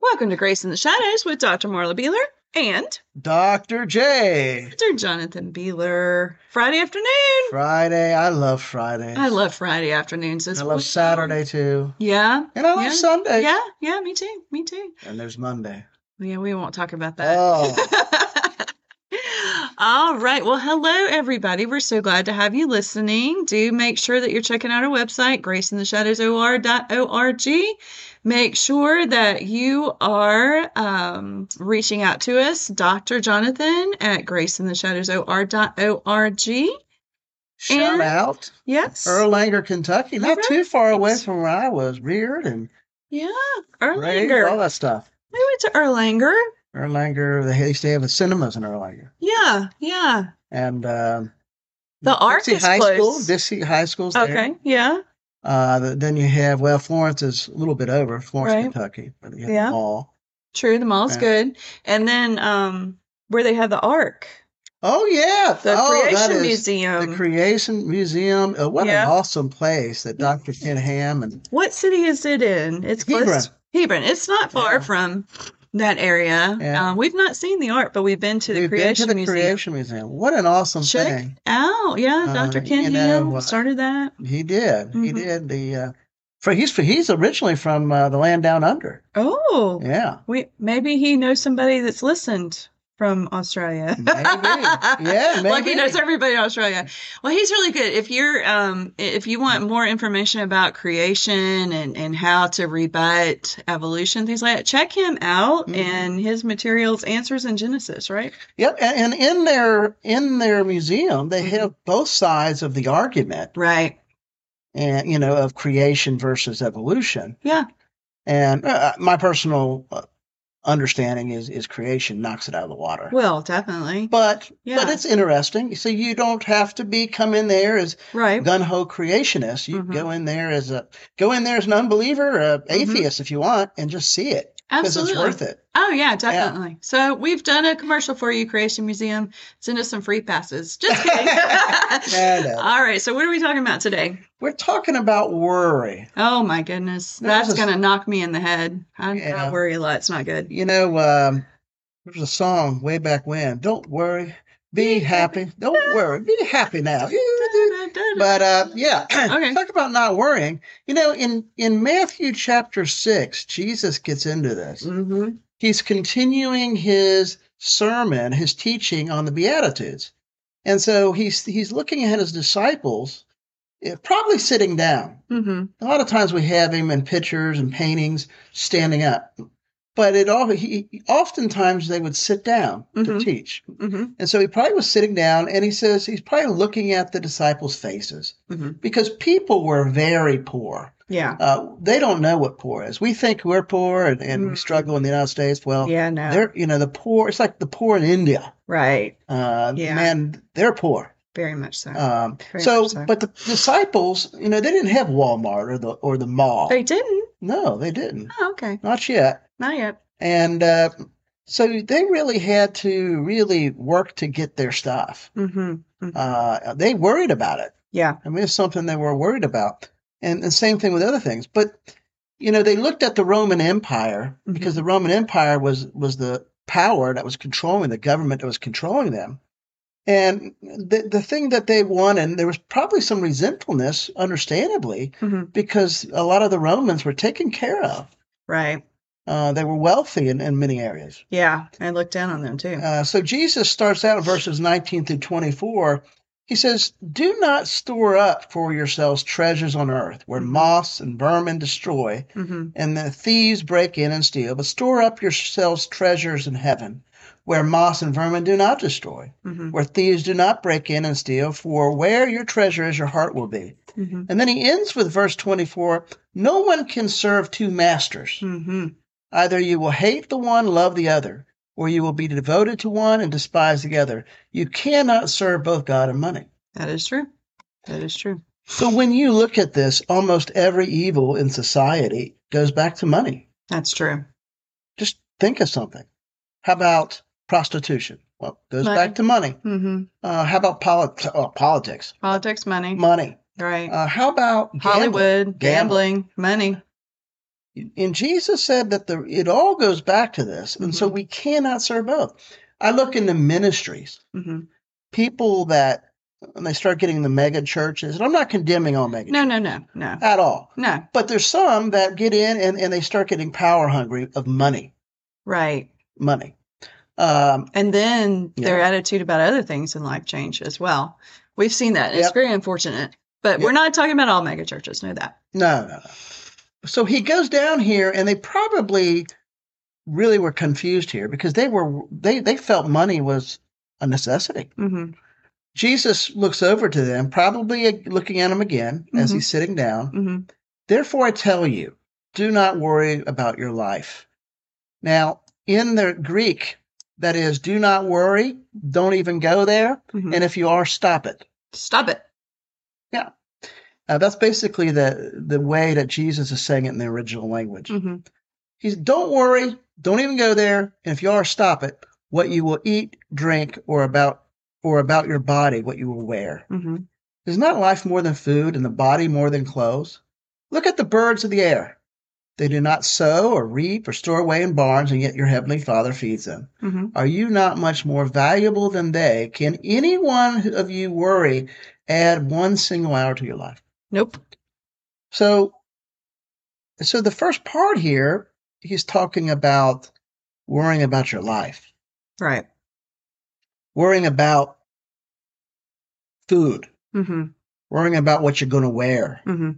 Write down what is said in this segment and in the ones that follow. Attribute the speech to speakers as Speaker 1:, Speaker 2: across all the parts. Speaker 1: Welcome to Grace in the Shadows with Dr. Marla Beeler and
Speaker 2: Dr. J.
Speaker 1: Dr. Jonathan Beeler. Friday afternoon.
Speaker 2: Friday. I love Friday.
Speaker 1: I love Friday afternoons. It's
Speaker 2: I love
Speaker 1: awesome.
Speaker 2: Saturday too.
Speaker 1: Yeah.
Speaker 2: And I love
Speaker 1: Yeah.
Speaker 2: Sunday.
Speaker 1: Yeah. Yeah. Me too. Me too.
Speaker 2: And there's Monday.
Speaker 1: Yeah. We won't talk about that.
Speaker 2: Oh.
Speaker 1: All right. Well, hello, everybody. We're so glad to have you listening. Do make sure that you're checking out our website, graceintheshadowsor.org. Make sure that you are um, reaching out to us, Dr. Jonathan at graceintheshadowsor.org.
Speaker 2: Shout
Speaker 1: And-
Speaker 2: out.
Speaker 1: Yes.
Speaker 2: Erlanger, Kentucky. Not
Speaker 1: Right.
Speaker 2: too far away from where I was reared and
Speaker 1: Yeah.
Speaker 2: raised,
Speaker 1: Erlanger.
Speaker 2: all that stuff.
Speaker 1: We went to Erlanger.
Speaker 2: Erlanger, they used to have the cinemas in Erlanger.
Speaker 1: Yeah. Yeah.
Speaker 2: And um,
Speaker 1: The Ark
Speaker 2: Dixie
Speaker 1: is
Speaker 2: High School.
Speaker 1: close.
Speaker 2: Dixie High School's there.
Speaker 1: Okay. Yeah.
Speaker 2: Uh, th- then you have, well, Florence is a little bit over, Florence,
Speaker 1: Right.
Speaker 2: Kentucky. But you have
Speaker 1: Yeah.
Speaker 2: the mall.
Speaker 1: True. The mall's
Speaker 2: Yeah.
Speaker 1: good. And then um, where they had the Ark.
Speaker 2: Oh, yeah.
Speaker 1: the
Speaker 2: oh, that
Speaker 1: Creation
Speaker 2: is-
Speaker 1: Museum.
Speaker 2: The Creation Museum. Uh, what
Speaker 1: Um, Yeah.
Speaker 2: an awesome place that Dr. Ken Ham and
Speaker 1: what city is it in? It's close. Hebron. It's not far
Speaker 2: Yeah.
Speaker 1: from that area.
Speaker 2: Yeah.
Speaker 1: Um, we've not seen the art, but we've been to the
Speaker 2: we've been
Speaker 1: Creation
Speaker 2: to the
Speaker 1: Museum.
Speaker 2: Creation Museum. What an awesome
Speaker 1: Check
Speaker 2: thing
Speaker 1: Out, yeah,
Speaker 2: Uh,
Speaker 1: Dr.
Speaker 2: you
Speaker 1: Ken
Speaker 2: know,
Speaker 1: Ham
Speaker 2: uh,
Speaker 1: started that.
Speaker 2: he did. He
Speaker 1: Mhm.
Speaker 2: did the. Uh, for he's for he's originally from uh, the land down under.
Speaker 1: Oh,
Speaker 2: Yeah,
Speaker 1: we maybe he knows somebody that's listened from Australia.
Speaker 2: Maybe. Yeah,
Speaker 1: like he
Speaker 2: maybe.
Speaker 1: knows everybody in Australia. Well, he's really good. If you're um if you want more information about creation and and how to rebut evolution things like that, check him out
Speaker 2: Mhm.
Speaker 1: and his materials answers in Genesis, right?
Speaker 2: yep. And, and in their in their museum, they
Speaker 1: Mhm.
Speaker 2: have both sides of the argument,
Speaker 1: Right.
Speaker 2: and you know, of creation versus evolution.
Speaker 1: Yeah.
Speaker 2: And uh, my personal uh, understanding is is creation knocks it out of the water.
Speaker 1: Well, definitely.
Speaker 2: but
Speaker 1: yeah.
Speaker 2: But it's interesting. So you don't have to be come in there as
Speaker 1: right.
Speaker 2: gun ho creationist. You
Speaker 1: Mhm.
Speaker 2: go in there as a go in there as an unbeliever, a atheist if you want, and just see it because
Speaker 1: Mm-hmm. Absolutely.
Speaker 2: it's worth it.
Speaker 1: Oh yeah, definitely. So we've done a commercial for you, Creation Museum. Send us some free passes. Just kidding.
Speaker 2: No, no.
Speaker 1: All right. So what are we talking about today?
Speaker 2: We're talking about worry.
Speaker 1: Oh my goodness,
Speaker 2: No,
Speaker 1: that's
Speaker 2: this-
Speaker 1: gonna knock me in the head. I, I
Speaker 2: Yeah.
Speaker 1: worry a lot. It's not good.
Speaker 2: You know, um, there was a song way back when. Don't worry, be
Speaker 1: Be
Speaker 2: happy. Don't worry, be happy now. But uh, yeah,
Speaker 1: Okay.
Speaker 2: talk about not worrying. You know, in in Matthew chapter six, Jesus gets into this.
Speaker 1: Mhm.
Speaker 2: he's continuing his sermon, his teaching on the Beatitudes. And so he's he's looking at his disciples, eh, probably sitting down.
Speaker 1: Mhm.
Speaker 2: A lot of times we have him in pictures and paintings standing up. But it all he oftentimes they would sit down
Speaker 1: Mhm.
Speaker 2: to teach.
Speaker 1: Mhm.
Speaker 2: And so he probably was sitting down and he says he's probably looking at the disciples' faces
Speaker 1: Mhm.
Speaker 2: because people were very poor.
Speaker 1: Yeah.
Speaker 2: Uh, they don't know what poor is. We think we're poor and, and we
Speaker 1: Mhm.
Speaker 2: struggle in the United States. Well,
Speaker 1: Yeah. No.
Speaker 2: they're you know the poor it's like the poor in india
Speaker 1: right.
Speaker 2: uh
Speaker 1: Yeah.
Speaker 2: man they're poor
Speaker 1: Very much so.
Speaker 2: um
Speaker 1: Very
Speaker 2: so
Speaker 1: much so.
Speaker 2: but the disciples you know they didn't have walmart or the or the mall
Speaker 1: they Oh, didn't.
Speaker 2: no they didn't
Speaker 1: Oh, okay.
Speaker 2: not yet
Speaker 1: Not yet.
Speaker 2: and uh so they really had to really work to get their stuff
Speaker 1: Mhm.
Speaker 2: uh they worried about it
Speaker 1: Yeah.
Speaker 2: i mean it's something they were worried about and the same thing with other things but you know they looked at the roman empire because the roman empire was was the power that was controlling the government that was controlling them and the, the thing that they wanted there was probably some resentfulness understandably
Speaker 1: Mhm.
Speaker 2: because a lot of the romans were taken care of
Speaker 1: Right.
Speaker 2: uh, they were wealthy in, in many areas
Speaker 1: Yeah. I looked down on them too.
Speaker 2: uh, so jesus starts out in verses 19 through 24 he says do not store up for yourselves treasures on earth where
Speaker 1: Mhm.
Speaker 2: moths and vermin destroy
Speaker 1: Mhm.
Speaker 2: and the thieves break in and steal. But store up yourselves treasures in heaven, where moss and vermin do not destroy,
Speaker 1: Mhm.
Speaker 2: where thieves do not break in and steal, for where your treasure is, your heart will be.
Speaker 1: Mhm.
Speaker 2: And then he ends with verse 24 No one can serve two masters.
Speaker 1: Mhm.
Speaker 2: Either you will hate the one, love the other, or you will be devoted to one and despise the other. You cannot serve both God and money.
Speaker 1: That is true. That is true.
Speaker 2: So when you look at this, almost every evil in society goes back to money.
Speaker 1: That's true.
Speaker 2: just think of something. How about prostitution? Well, goes
Speaker 1: Money.
Speaker 2: back to money.
Speaker 1: Mhm.
Speaker 2: Uh, how about polit- uh, politics?
Speaker 1: Politics, money.
Speaker 2: Money.
Speaker 1: Right.
Speaker 2: Uh, how about gambling?
Speaker 1: Hollywood, gambling, money.
Speaker 2: And Jesus said that the it all goes back to this, and so
Speaker 1: Mhm.
Speaker 2: we cannot serve both. I look into ministries,
Speaker 1: Mhm.
Speaker 2: people that and they start getting the mega churches, and I'm not condemning all mega
Speaker 1: No, no, no, no,
Speaker 2: churches at all,
Speaker 1: no.
Speaker 2: but there's some that get in and, and they start getting power hungry of money,
Speaker 1: Right.
Speaker 2: money. Um,
Speaker 1: And then
Speaker 2: Yeah.
Speaker 1: their attitude about other things in life change as well. We've seen that. and It's
Speaker 2: Yep.
Speaker 1: very unfortunate. But we're
Speaker 2: Yep.
Speaker 1: not talking about all mega churches. Know that.
Speaker 2: No, no, no. So he goes down here, and they probably really were confused here because they were they they felt money was a necessity.
Speaker 1: Mm-hmm.
Speaker 2: Jesus looks over to them, probably looking at him again as
Speaker 1: Mhm.
Speaker 2: he's sitting down.
Speaker 1: Mm-hmm.
Speaker 2: Therefore, I tell you, do not worry about your life. Now, in the Greek, that is, do not worry, don't even go there,
Speaker 1: hmm
Speaker 2: and if you are, stop it.
Speaker 1: Stop it.
Speaker 2: Uh, that's basically the the way that Jesus is saying it in the original language.
Speaker 1: hmm
Speaker 2: He's don't worry, don't even go there. And if you are, stop it. What you will eat, drink, or about or about your body, what you will wear.
Speaker 1: hmm
Speaker 2: Is not life more than food, and the body more than clothes? Look at the birds of the air. They do not sow or reap or store away in barns, and yet your heavenly Father feeds them.
Speaker 1: hmm
Speaker 2: Are you not much more valuable than they? Can any one of you worry, add one single hour to your life?
Speaker 1: Nope.
Speaker 2: So, so the first part here, he's talking about worrying about your life,
Speaker 1: Right.
Speaker 2: worrying about food,
Speaker 1: Mm-hmm.
Speaker 2: worrying about what you're going to wear.
Speaker 1: Mm-hmm.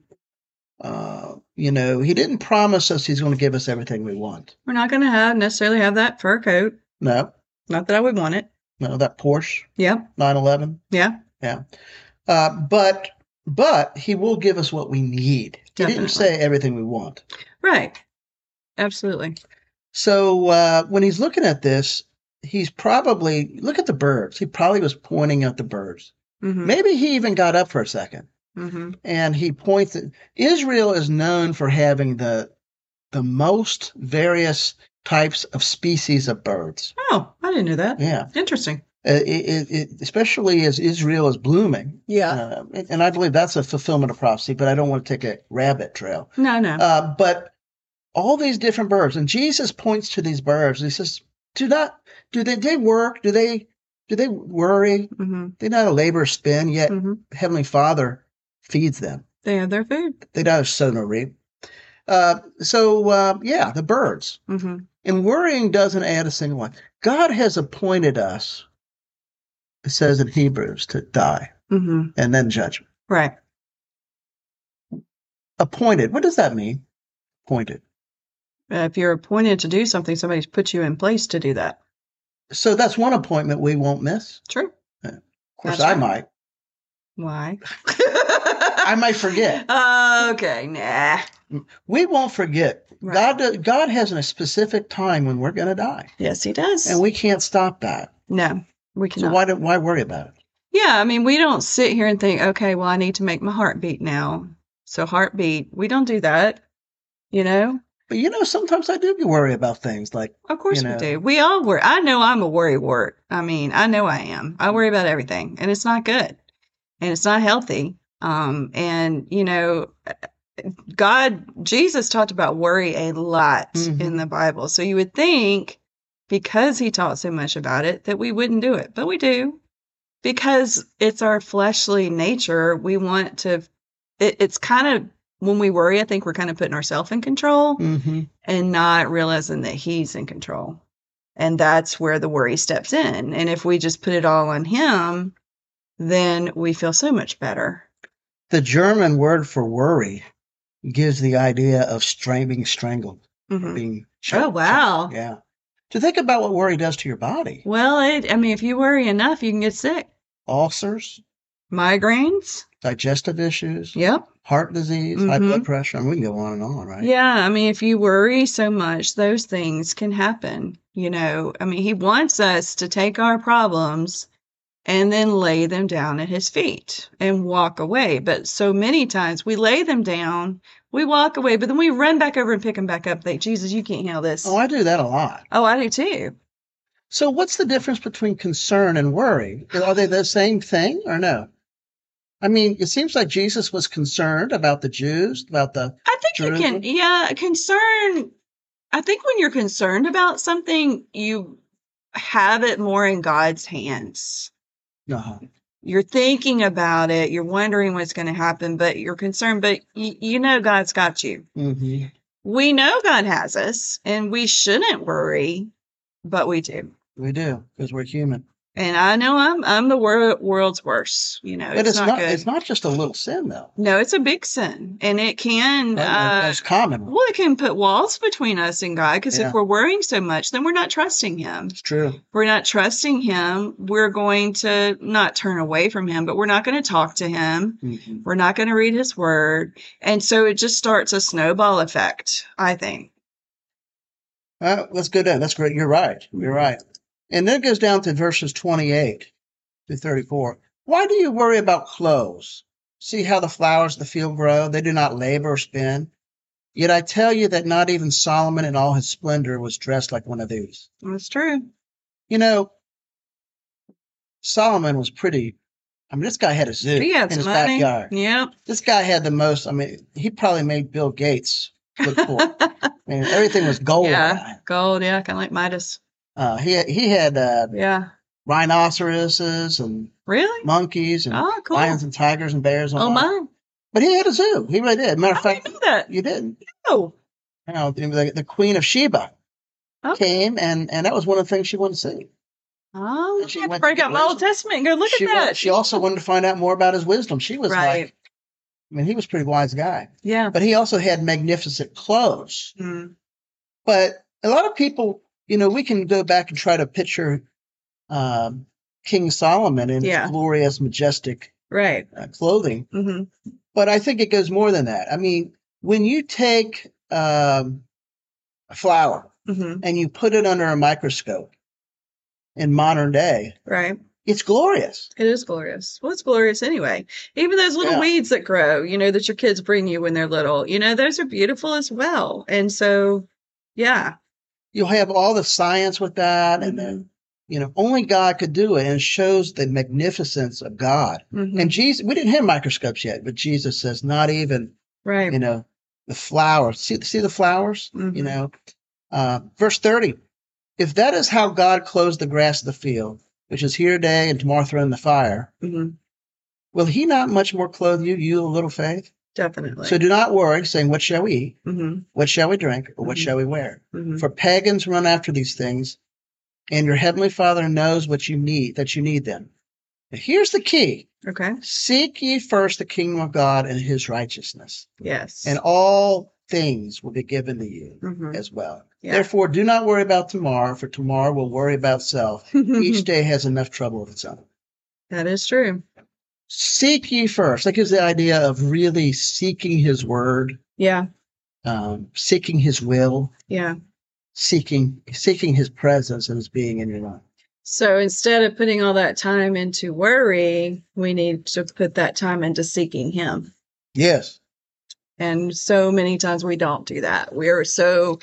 Speaker 2: Uh, you know, he didn't promise us he's going to give us everything we want.
Speaker 1: We're not going to have necessarily have that fur coat.
Speaker 2: No,
Speaker 1: Not that I would want it.
Speaker 2: no, that Porsche
Speaker 1: Yeah.
Speaker 2: 911.
Speaker 1: Yeah.
Speaker 2: Yeah. Uh, but, but he will give us what we need. He
Speaker 1: Definitely.
Speaker 2: didn't say everything we want.
Speaker 1: Right. Absolutely.
Speaker 2: So uh, when he's looking at this, he's probably look at the birds. He probably was pointing at the birds.
Speaker 1: Mm-hmm.
Speaker 2: Maybe he even got up for a second
Speaker 1: Mm-hmm.
Speaker 2: and he pointed. Israel is known for having the the most various types of species of birds.
Speaker 1: Oh, I didn't know that.
Speaker 2: Yeah,
Speaker 1: Interesting.
Speaker 2: Uh, it, it, it, especially as Israel is blooming,
Speaker 1: Yeah.
Speaker 2: uh, and- and I believe that's a fulfillment of prophecy. But I don't want to take a rabbit trail.
Speaker 1: No, no.
Speaker 2: Uh, but all these different birds, and Jesus points to these birds. And he says, "Do not do they, they work? Do they do they worry?
Speaker 1: mm-hmm.
Speaker 2: They not a labor spin. Yet
Speaker 1: Mm-hmm.
Speaker 2: Heavenly Father feeds them.
Speaker 1: They have their food.
Speaker 2: They not sow nor reap. Uh, so uh, yeah, the birds
Speaker 1: Mm-hmm.
Speaker 2: and worrying doesn't add a single one. God has appointed us. It says in Hebrews to die
Speaker 1: Mm-hmm.
Speaker 2: and then judgment.
Speaker 1: Right.
Speaker 2: Appointed. What does that mean? Appointed.
Speaker 1: Uh, if you're appointed to do something, somebody's put you in place to do that.
Speaker 2: So that's one appointment we won't miss.
Speaker 1: True.
Speaker 2: Of course,
Speaker 1: That's
Speaker 2: I
Speaker 1: right.
Speaker 2: might.
Speaker 1: Why?
Speaker 2: I might forget.
Speaker 1: okay. Nah.
Speaker 2: We won't forget.
Speaker 1: Right.
Speaker 2: God does, God has a specific time when we're going to die,
Speaker 1: Yes, he does.
Speaker 2: and we can't stop that.
Speaker 1: no, we
Speaker 2: So
Speaker 1: cannot.
Speaker 2: why do, why worry about it?
Speaker 1: Yeah, I mean, we don't sit here and think, okay, well, I need to make my heart beat now. So heartbeat, we don't do that. You know,
Speaker 2: But you know, sometimes I do worry about things like
Speaker 1: of course
Speaker 2: know.
Speaker 1: we do. We all worry. I know I'm a worry wart. I mean, I know I am. I worry about everything, and it's not good, and it's not healthy. Um, and you know, God, Jesus talked about worry a lot in
Speaker 2: Mhm.
Speaker 1: the Bible. So you would think, because he taught so much about it, that we wouldn't do it, but we do. Because it's our fleshly nature, we want to. It, it's kind of when we worry, I think we're kind of putting ourselves in control
Speaker 2: mm-hmm.
Speaker 1: and not realizing that he's in control. And that's where the worry steps in. And if we just put it all on him, then we feel so much better.
Speaker 2: the German word for worry gives the idea of strang- being strangled,
Speaker 1: Mhm.
Speaker 2: being
Speaker 1: Oh, wow.
Speaker 2: yeah. To think about what worry does to your body,
Speaker 1: Well, it, I mean, if you worry enough, you can get sick.
Speaker 2: ulcers,
Speaker 1: Migraines.
Speaker 2: digestive issues,
Speaker 1: Yep.
Speaker 2: heart disease, high
Speaker 1: Mhm.
Speaker 2: blood pressure, and we can go on and on, right?
Speaker 1: Yeah. I mean, if you worry so much, those things can happen. You know, I mean, he wants us to take our problems and then lay them down at his feet and walk away. But so many times we lay them down, we walk away, but then we run back over and pick them back up. Like, Jesus, you can't handle this.
Speaker 2: Oh, I do that a lot.
Speaker 1: oh, I do too.
Speaker 2: So, what's the difference between concern and worry? Are they the same thing or no? I mean, it seems like Jesus was concerned about the Jews, about the
Speaker 1: I think you
Speaker 2: Jerusalem?
Speaker 1: can, yeah, concern. I think when you're concerned about something, you have it more in God's hands.
Speaker 2: uh
Speaker 1: You're thinking about it, you're wondering what's going to happen, but you're concerned, but y- you know God's got you.
Speaker 2: hmm
Speaker 1: We know God has us and we shouldn't worry, but we do.
Speaker 2: We do because we're human.
Speaker 1: And I know I'm I'm the wor- world's worst, you know.
Speaker 2: But it's, not.
Speaker 1: Oh, good.
Speaker 2: it's not just a little sin though.
Speaker 1: no, it's a big sin and it can
Speaker 2: Right?
Speaker 1: uh,
Speaker 2: That's common.
Speaker 1: Well, it can put walls between us and God because
Speaker 2: Yeah.
Speaker 1: if we're worrying so much, then we're not trusting Him.
Speaker 2: It's true.
Speaker 1: We're not trusting Him. We're going to not turn away from Him, but we're not going to talk to Him.
Speaker 2: Mhm.
Speaker 1: We're not going to read His Word. And so it just starts a snowball effect, I think.
Speaker 2: Uh, that's good. uh, That's great. You're right. You're right. And then it goes down to verses 28 to 34. Why do you worry about clothes? See how the flowers of the field grow? They do not labor or spin. Yet I tell you that not even Solomon in all his splendor was dressed like one of these.
Speaker 1: That's true.
Speaker 2: You know, Solomon was pretty. I mean, this guy had a zoo
Speaker 1: He
Speaker 2: in
Speaker 1: had
Speaker 2: his
Speaker 1: some money.
Speaker 2: backyard.
Speaker 1: Yep.
Speaker 2: This guy had the most. I mean, he probably made Bill Gates look cool. I mean, everything was gold.
Speaker 1: Yeah. Gold. Yeah. Kind of like Midas.
Speaker 2: Uh, he had- he had uh,
Speaker 1: Yeah.
Speaker 2: rhinoceroses and
Speaker 1: Really?
Speaker 2: monkeys and
Speaker 1: Oh, cool.
Speaker 2: lions and tigers and bears. And
Speaker 1: oh,
Speaker 2: all
Speaker 1: my.
Speaker 2: that.
Speaker 1: Oh,
Speaker 2: But he had a zoo. He really did. Matter of
Speaker 1: I
Speaker 2: fact,
Speaker 1: didn't know that.
Speaker 2: you didn't.
Speaker 1: Oh,
Speaker 2: You know, the, the Queen of Sheba
Speaker 1: Oh.
Speaker 2: came, and and that was one of the things she wanted to see.
Speaker 1: oh
Speaker 2: And she
Speaker 1: she had to
Speaker 2: went
Speaker 1: break
Speaker 2: to
Speaker 1: out my Old
Speaker 2: Jerusalem.
Speaker 1: Testament and go look
Speaker 2: she
Speaker 1: at
Speaker 2: wa-
Speaker 1: that.
Speaker 2: she also wanted to find out more about his wisdom. She was
Speaker 1: right.
Speaker 2: like, I mean, he was a pretty wise guy.
Speaker 1: yeah.
Speaker 2: But he also had magnificent clothes.
Speaker 1: Mm.
Speaker 2: But a lot of people, you know, we can go back and try to picture um, King Solomon in
Speaker 1: Yeah.
Speaker 2: his glorious, majestic
Speaker 1: Right.
Speaker 2: uh, clothing.
Speaker 1: hmm
Speaker 2: but I think it goes more than that. I mean, when you take um, a flower
Speaker 1: hmm
Speaker 2: and you put it under a microscope in modern day,
Speaker 1: Right.
Speaker 2: it's glorious.
Speaker 1: It is glorious. Well, it's glorious anyway. Even those little
Speaker 2: Yeah.
Speaker 1: weeds that grow, you know, that your kids bring you when they're little, you know, those are beautiful as well. And so, yeah.
Speaker 2: You'll have all the science with that,
Speaker 1: Mm-hmm.
Speaker 2: and then you know only God could do it, and it shows the magnificence of God.
Speaker 1: Mhm.
Speaker 2: And Jesus, we didn't have microscopes yet, but Jesus says, not even
Speaker 1: right.
Speaker 2: you know the flowers. See, see the flowers. You
Speaker 1: Mhm.
Speaker 2: know, uh, verse 30. If that is how God clothes the grass of the field, which is here today and tomorrow thrown in the fire,
Speaker 1: Mhm.
Speaker 2: will he not much more clothe you, you of little faith?
Speaker 1: Definitely.
Speaker 2: So do not worry, saying, What shall we eat?
Speaker 1: hmm
Speaker 2: What shall we drink? Or what
Speaker 1: Mhm.
Speaker 2: shall we wear?
Speaker 1: hmm
Speaker 2: For pagans run after these things, and your heavenly Father knows what you need, that you need them. But here's the key
Speaker 1: Okay.
Speaker 2: Seek ye first the kingdom of God and his righteousness,
Speaker 1: Yes.
Speaker 2: and all things will be given to you
Speaker 1: Mhm.
Speaker 2: as well.
Speaker 1: Yeah.
Speaker 2: Therefore, do not worry about tomorrow, for tomorrow will worry about self. Each day has enough trouble of its own.
Speaker 1: Mm-hmm. that is true.
Speaker 2: Seek ye first. That gives the idea of really seeking his word,
Speaker 1: Yeah.
Speaker 2: um, seeking his will,
Speaker 1: Yeah.
Speaker 2: seeking seeking his presence and his being in your life.
Speaker 1: So instead of putting all that time into worry, we need to put that time into seeking Him.
Speaker 2: Yes.
Speaker 1: And so many times we don't do that. We are so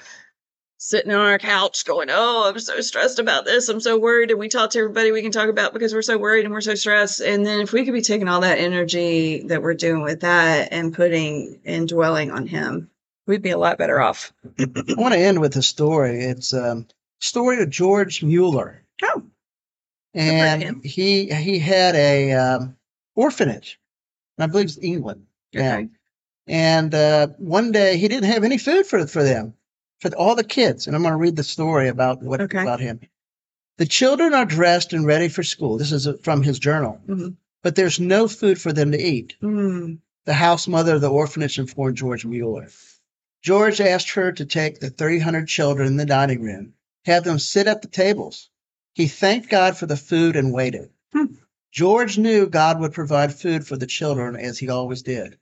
Speaker 1: sitting on our couch going, Oh, I'm so stressed about this. I'm so worried. And we talk to everybody we can talk about because we're so worried and we're so stressed. And then if we could be taking all that energy that we're doing with that and putting and dwelling on Him, we'd be a lot better off.
Speaker 2: I want to end with a story. It's um, story of George Mueller,
Speaker 1: Oh, heard of him.
Speaker 2: and he he had a um, orphanage, and I believe it's England. Yeah.
Speaker 1: okay.
Speaker 2: And uh, one day he didn't have any food for for them, for all the kids. And I'm going to read the story about what
Speaker 1: Okay.
Speaker 2: about him. The children are dressed and ready for school. This is uh, from his journal.
Speaker 1: Mhm.
Speaker 2: But there's no food for them to eat.
Speaker 1: Mm,
Speaker 2: The house mother of the orphanage informed George Mueller. George asked her to take the 300 children in the dining room, have them sit at the tables. He thanked God for the food and waited.
Speaker 1: Hmm.
Speaker 2: George knew God would provide food for the children as he always did.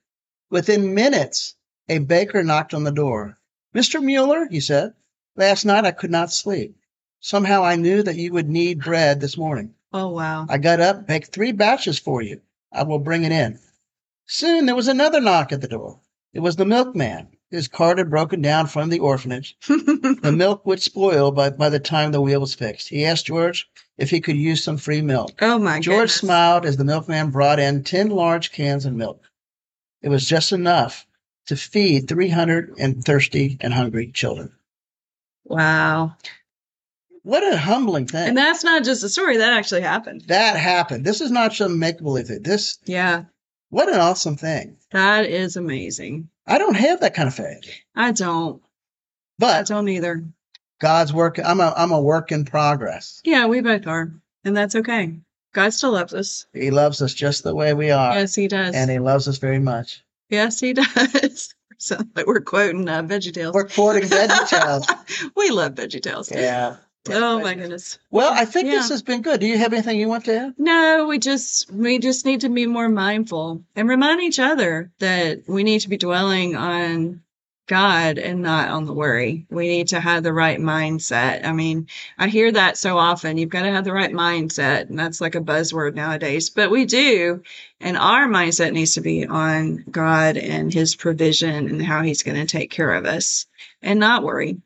Speaker 2: Within minutes, a baker knocked on the door. Mr. Mueller, he said, last night I could not sleep. Somehow I knew that you would need bread this morning.
Speaker 1: Oh, wow.
Speaker 2: I got up, baked three batches for you. I will bring it in. Soon there was another knock at the door. It was the milkman. is carted broken down from the orphanage. The milk would spoil by, by the time the wheel was fixed. He asked George if he could use some free milk.
Speaker 1: oh my
Speaker 2: George
Speaker 1: goodness.
Speaker 2: smiled as the milkman brought in 10 large cans of milk. It was just enough to feed 300 and thirsty and hungry children.
Speaker 1: Wow.
Speaker 2: What a humbling thing.
Speaker 1: And that's not just a story, that actually happened.
Speaker 2: that happened. This is not some make believe thing. This,
Speaker 1: Yeah,
Speaker 2: what an awesome thing.
Speaker 1: that is amazing.
Speaker 2: I don't have that kind of faith,
Speaker 1: I don't. I
Speaker 2: but
Speaker 1: don't either.
Speaker 2: God's work. I'm a, I'm a work in progress.
Speaker 1: Yeah, we both are. And that's okay. God still loves us.
Speaker 2: He loves us just the way we are,
Speaker 1: Yes, he does.
Speaker 2: Uh, and he loves us very much.
Speaker 1: yes, he does. Sounds like we're quoting uh, VeggieTales.
Speaker 2: We're quoting Veggie Tales.
Speaker 1: we love VeggieTales.
Speaker 2: Yeah.
Speaker 1: Oh my goodness.
Speaker 2: Well, I think
Speaker 1: Yeah.
Speaker 2: this has been good. Do you have anything you want to add?
Speaker 1: No, we just we just need to be more mindful and remind each other that we need to be dwelling on God and not on the worry. We need to have the right mindset. I mean, I hear that so often. You've got to have the right mindset, and that's like a buzzword nowadays. But we do, and our mindset needs to be on God and his provision and how he's going to take care of us and not worry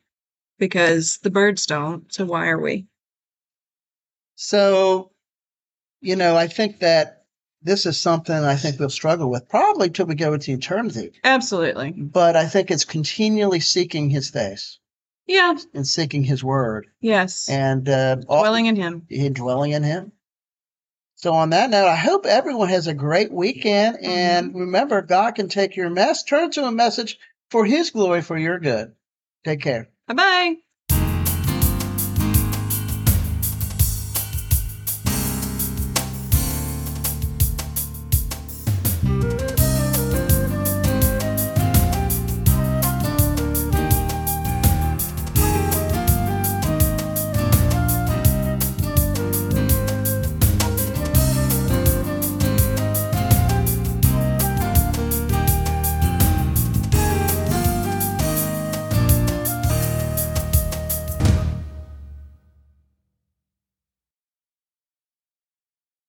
Speaker 1: because the birds don't. So why are we?
Speaker 2: So, you know, I think that this is something I think we'll struggle with probably till we go into eternity.
Speaker 1: Absolutely.
Speaker 2: But I think it's continually seeking His face
Speaker 1: Yeah.
Speaker 2: and seeking His Word
Speaker 1: Yes.
Speaker 2: and uh,
Speaker 1: dwelling in him.
Speaker 2: in- dwelling in Him. So, on that note, I hope everyone has a great weekend. And remember, God can take your mess, turn it to a message for His glory, for your good. Take care.
Speaker 1: Bye bye.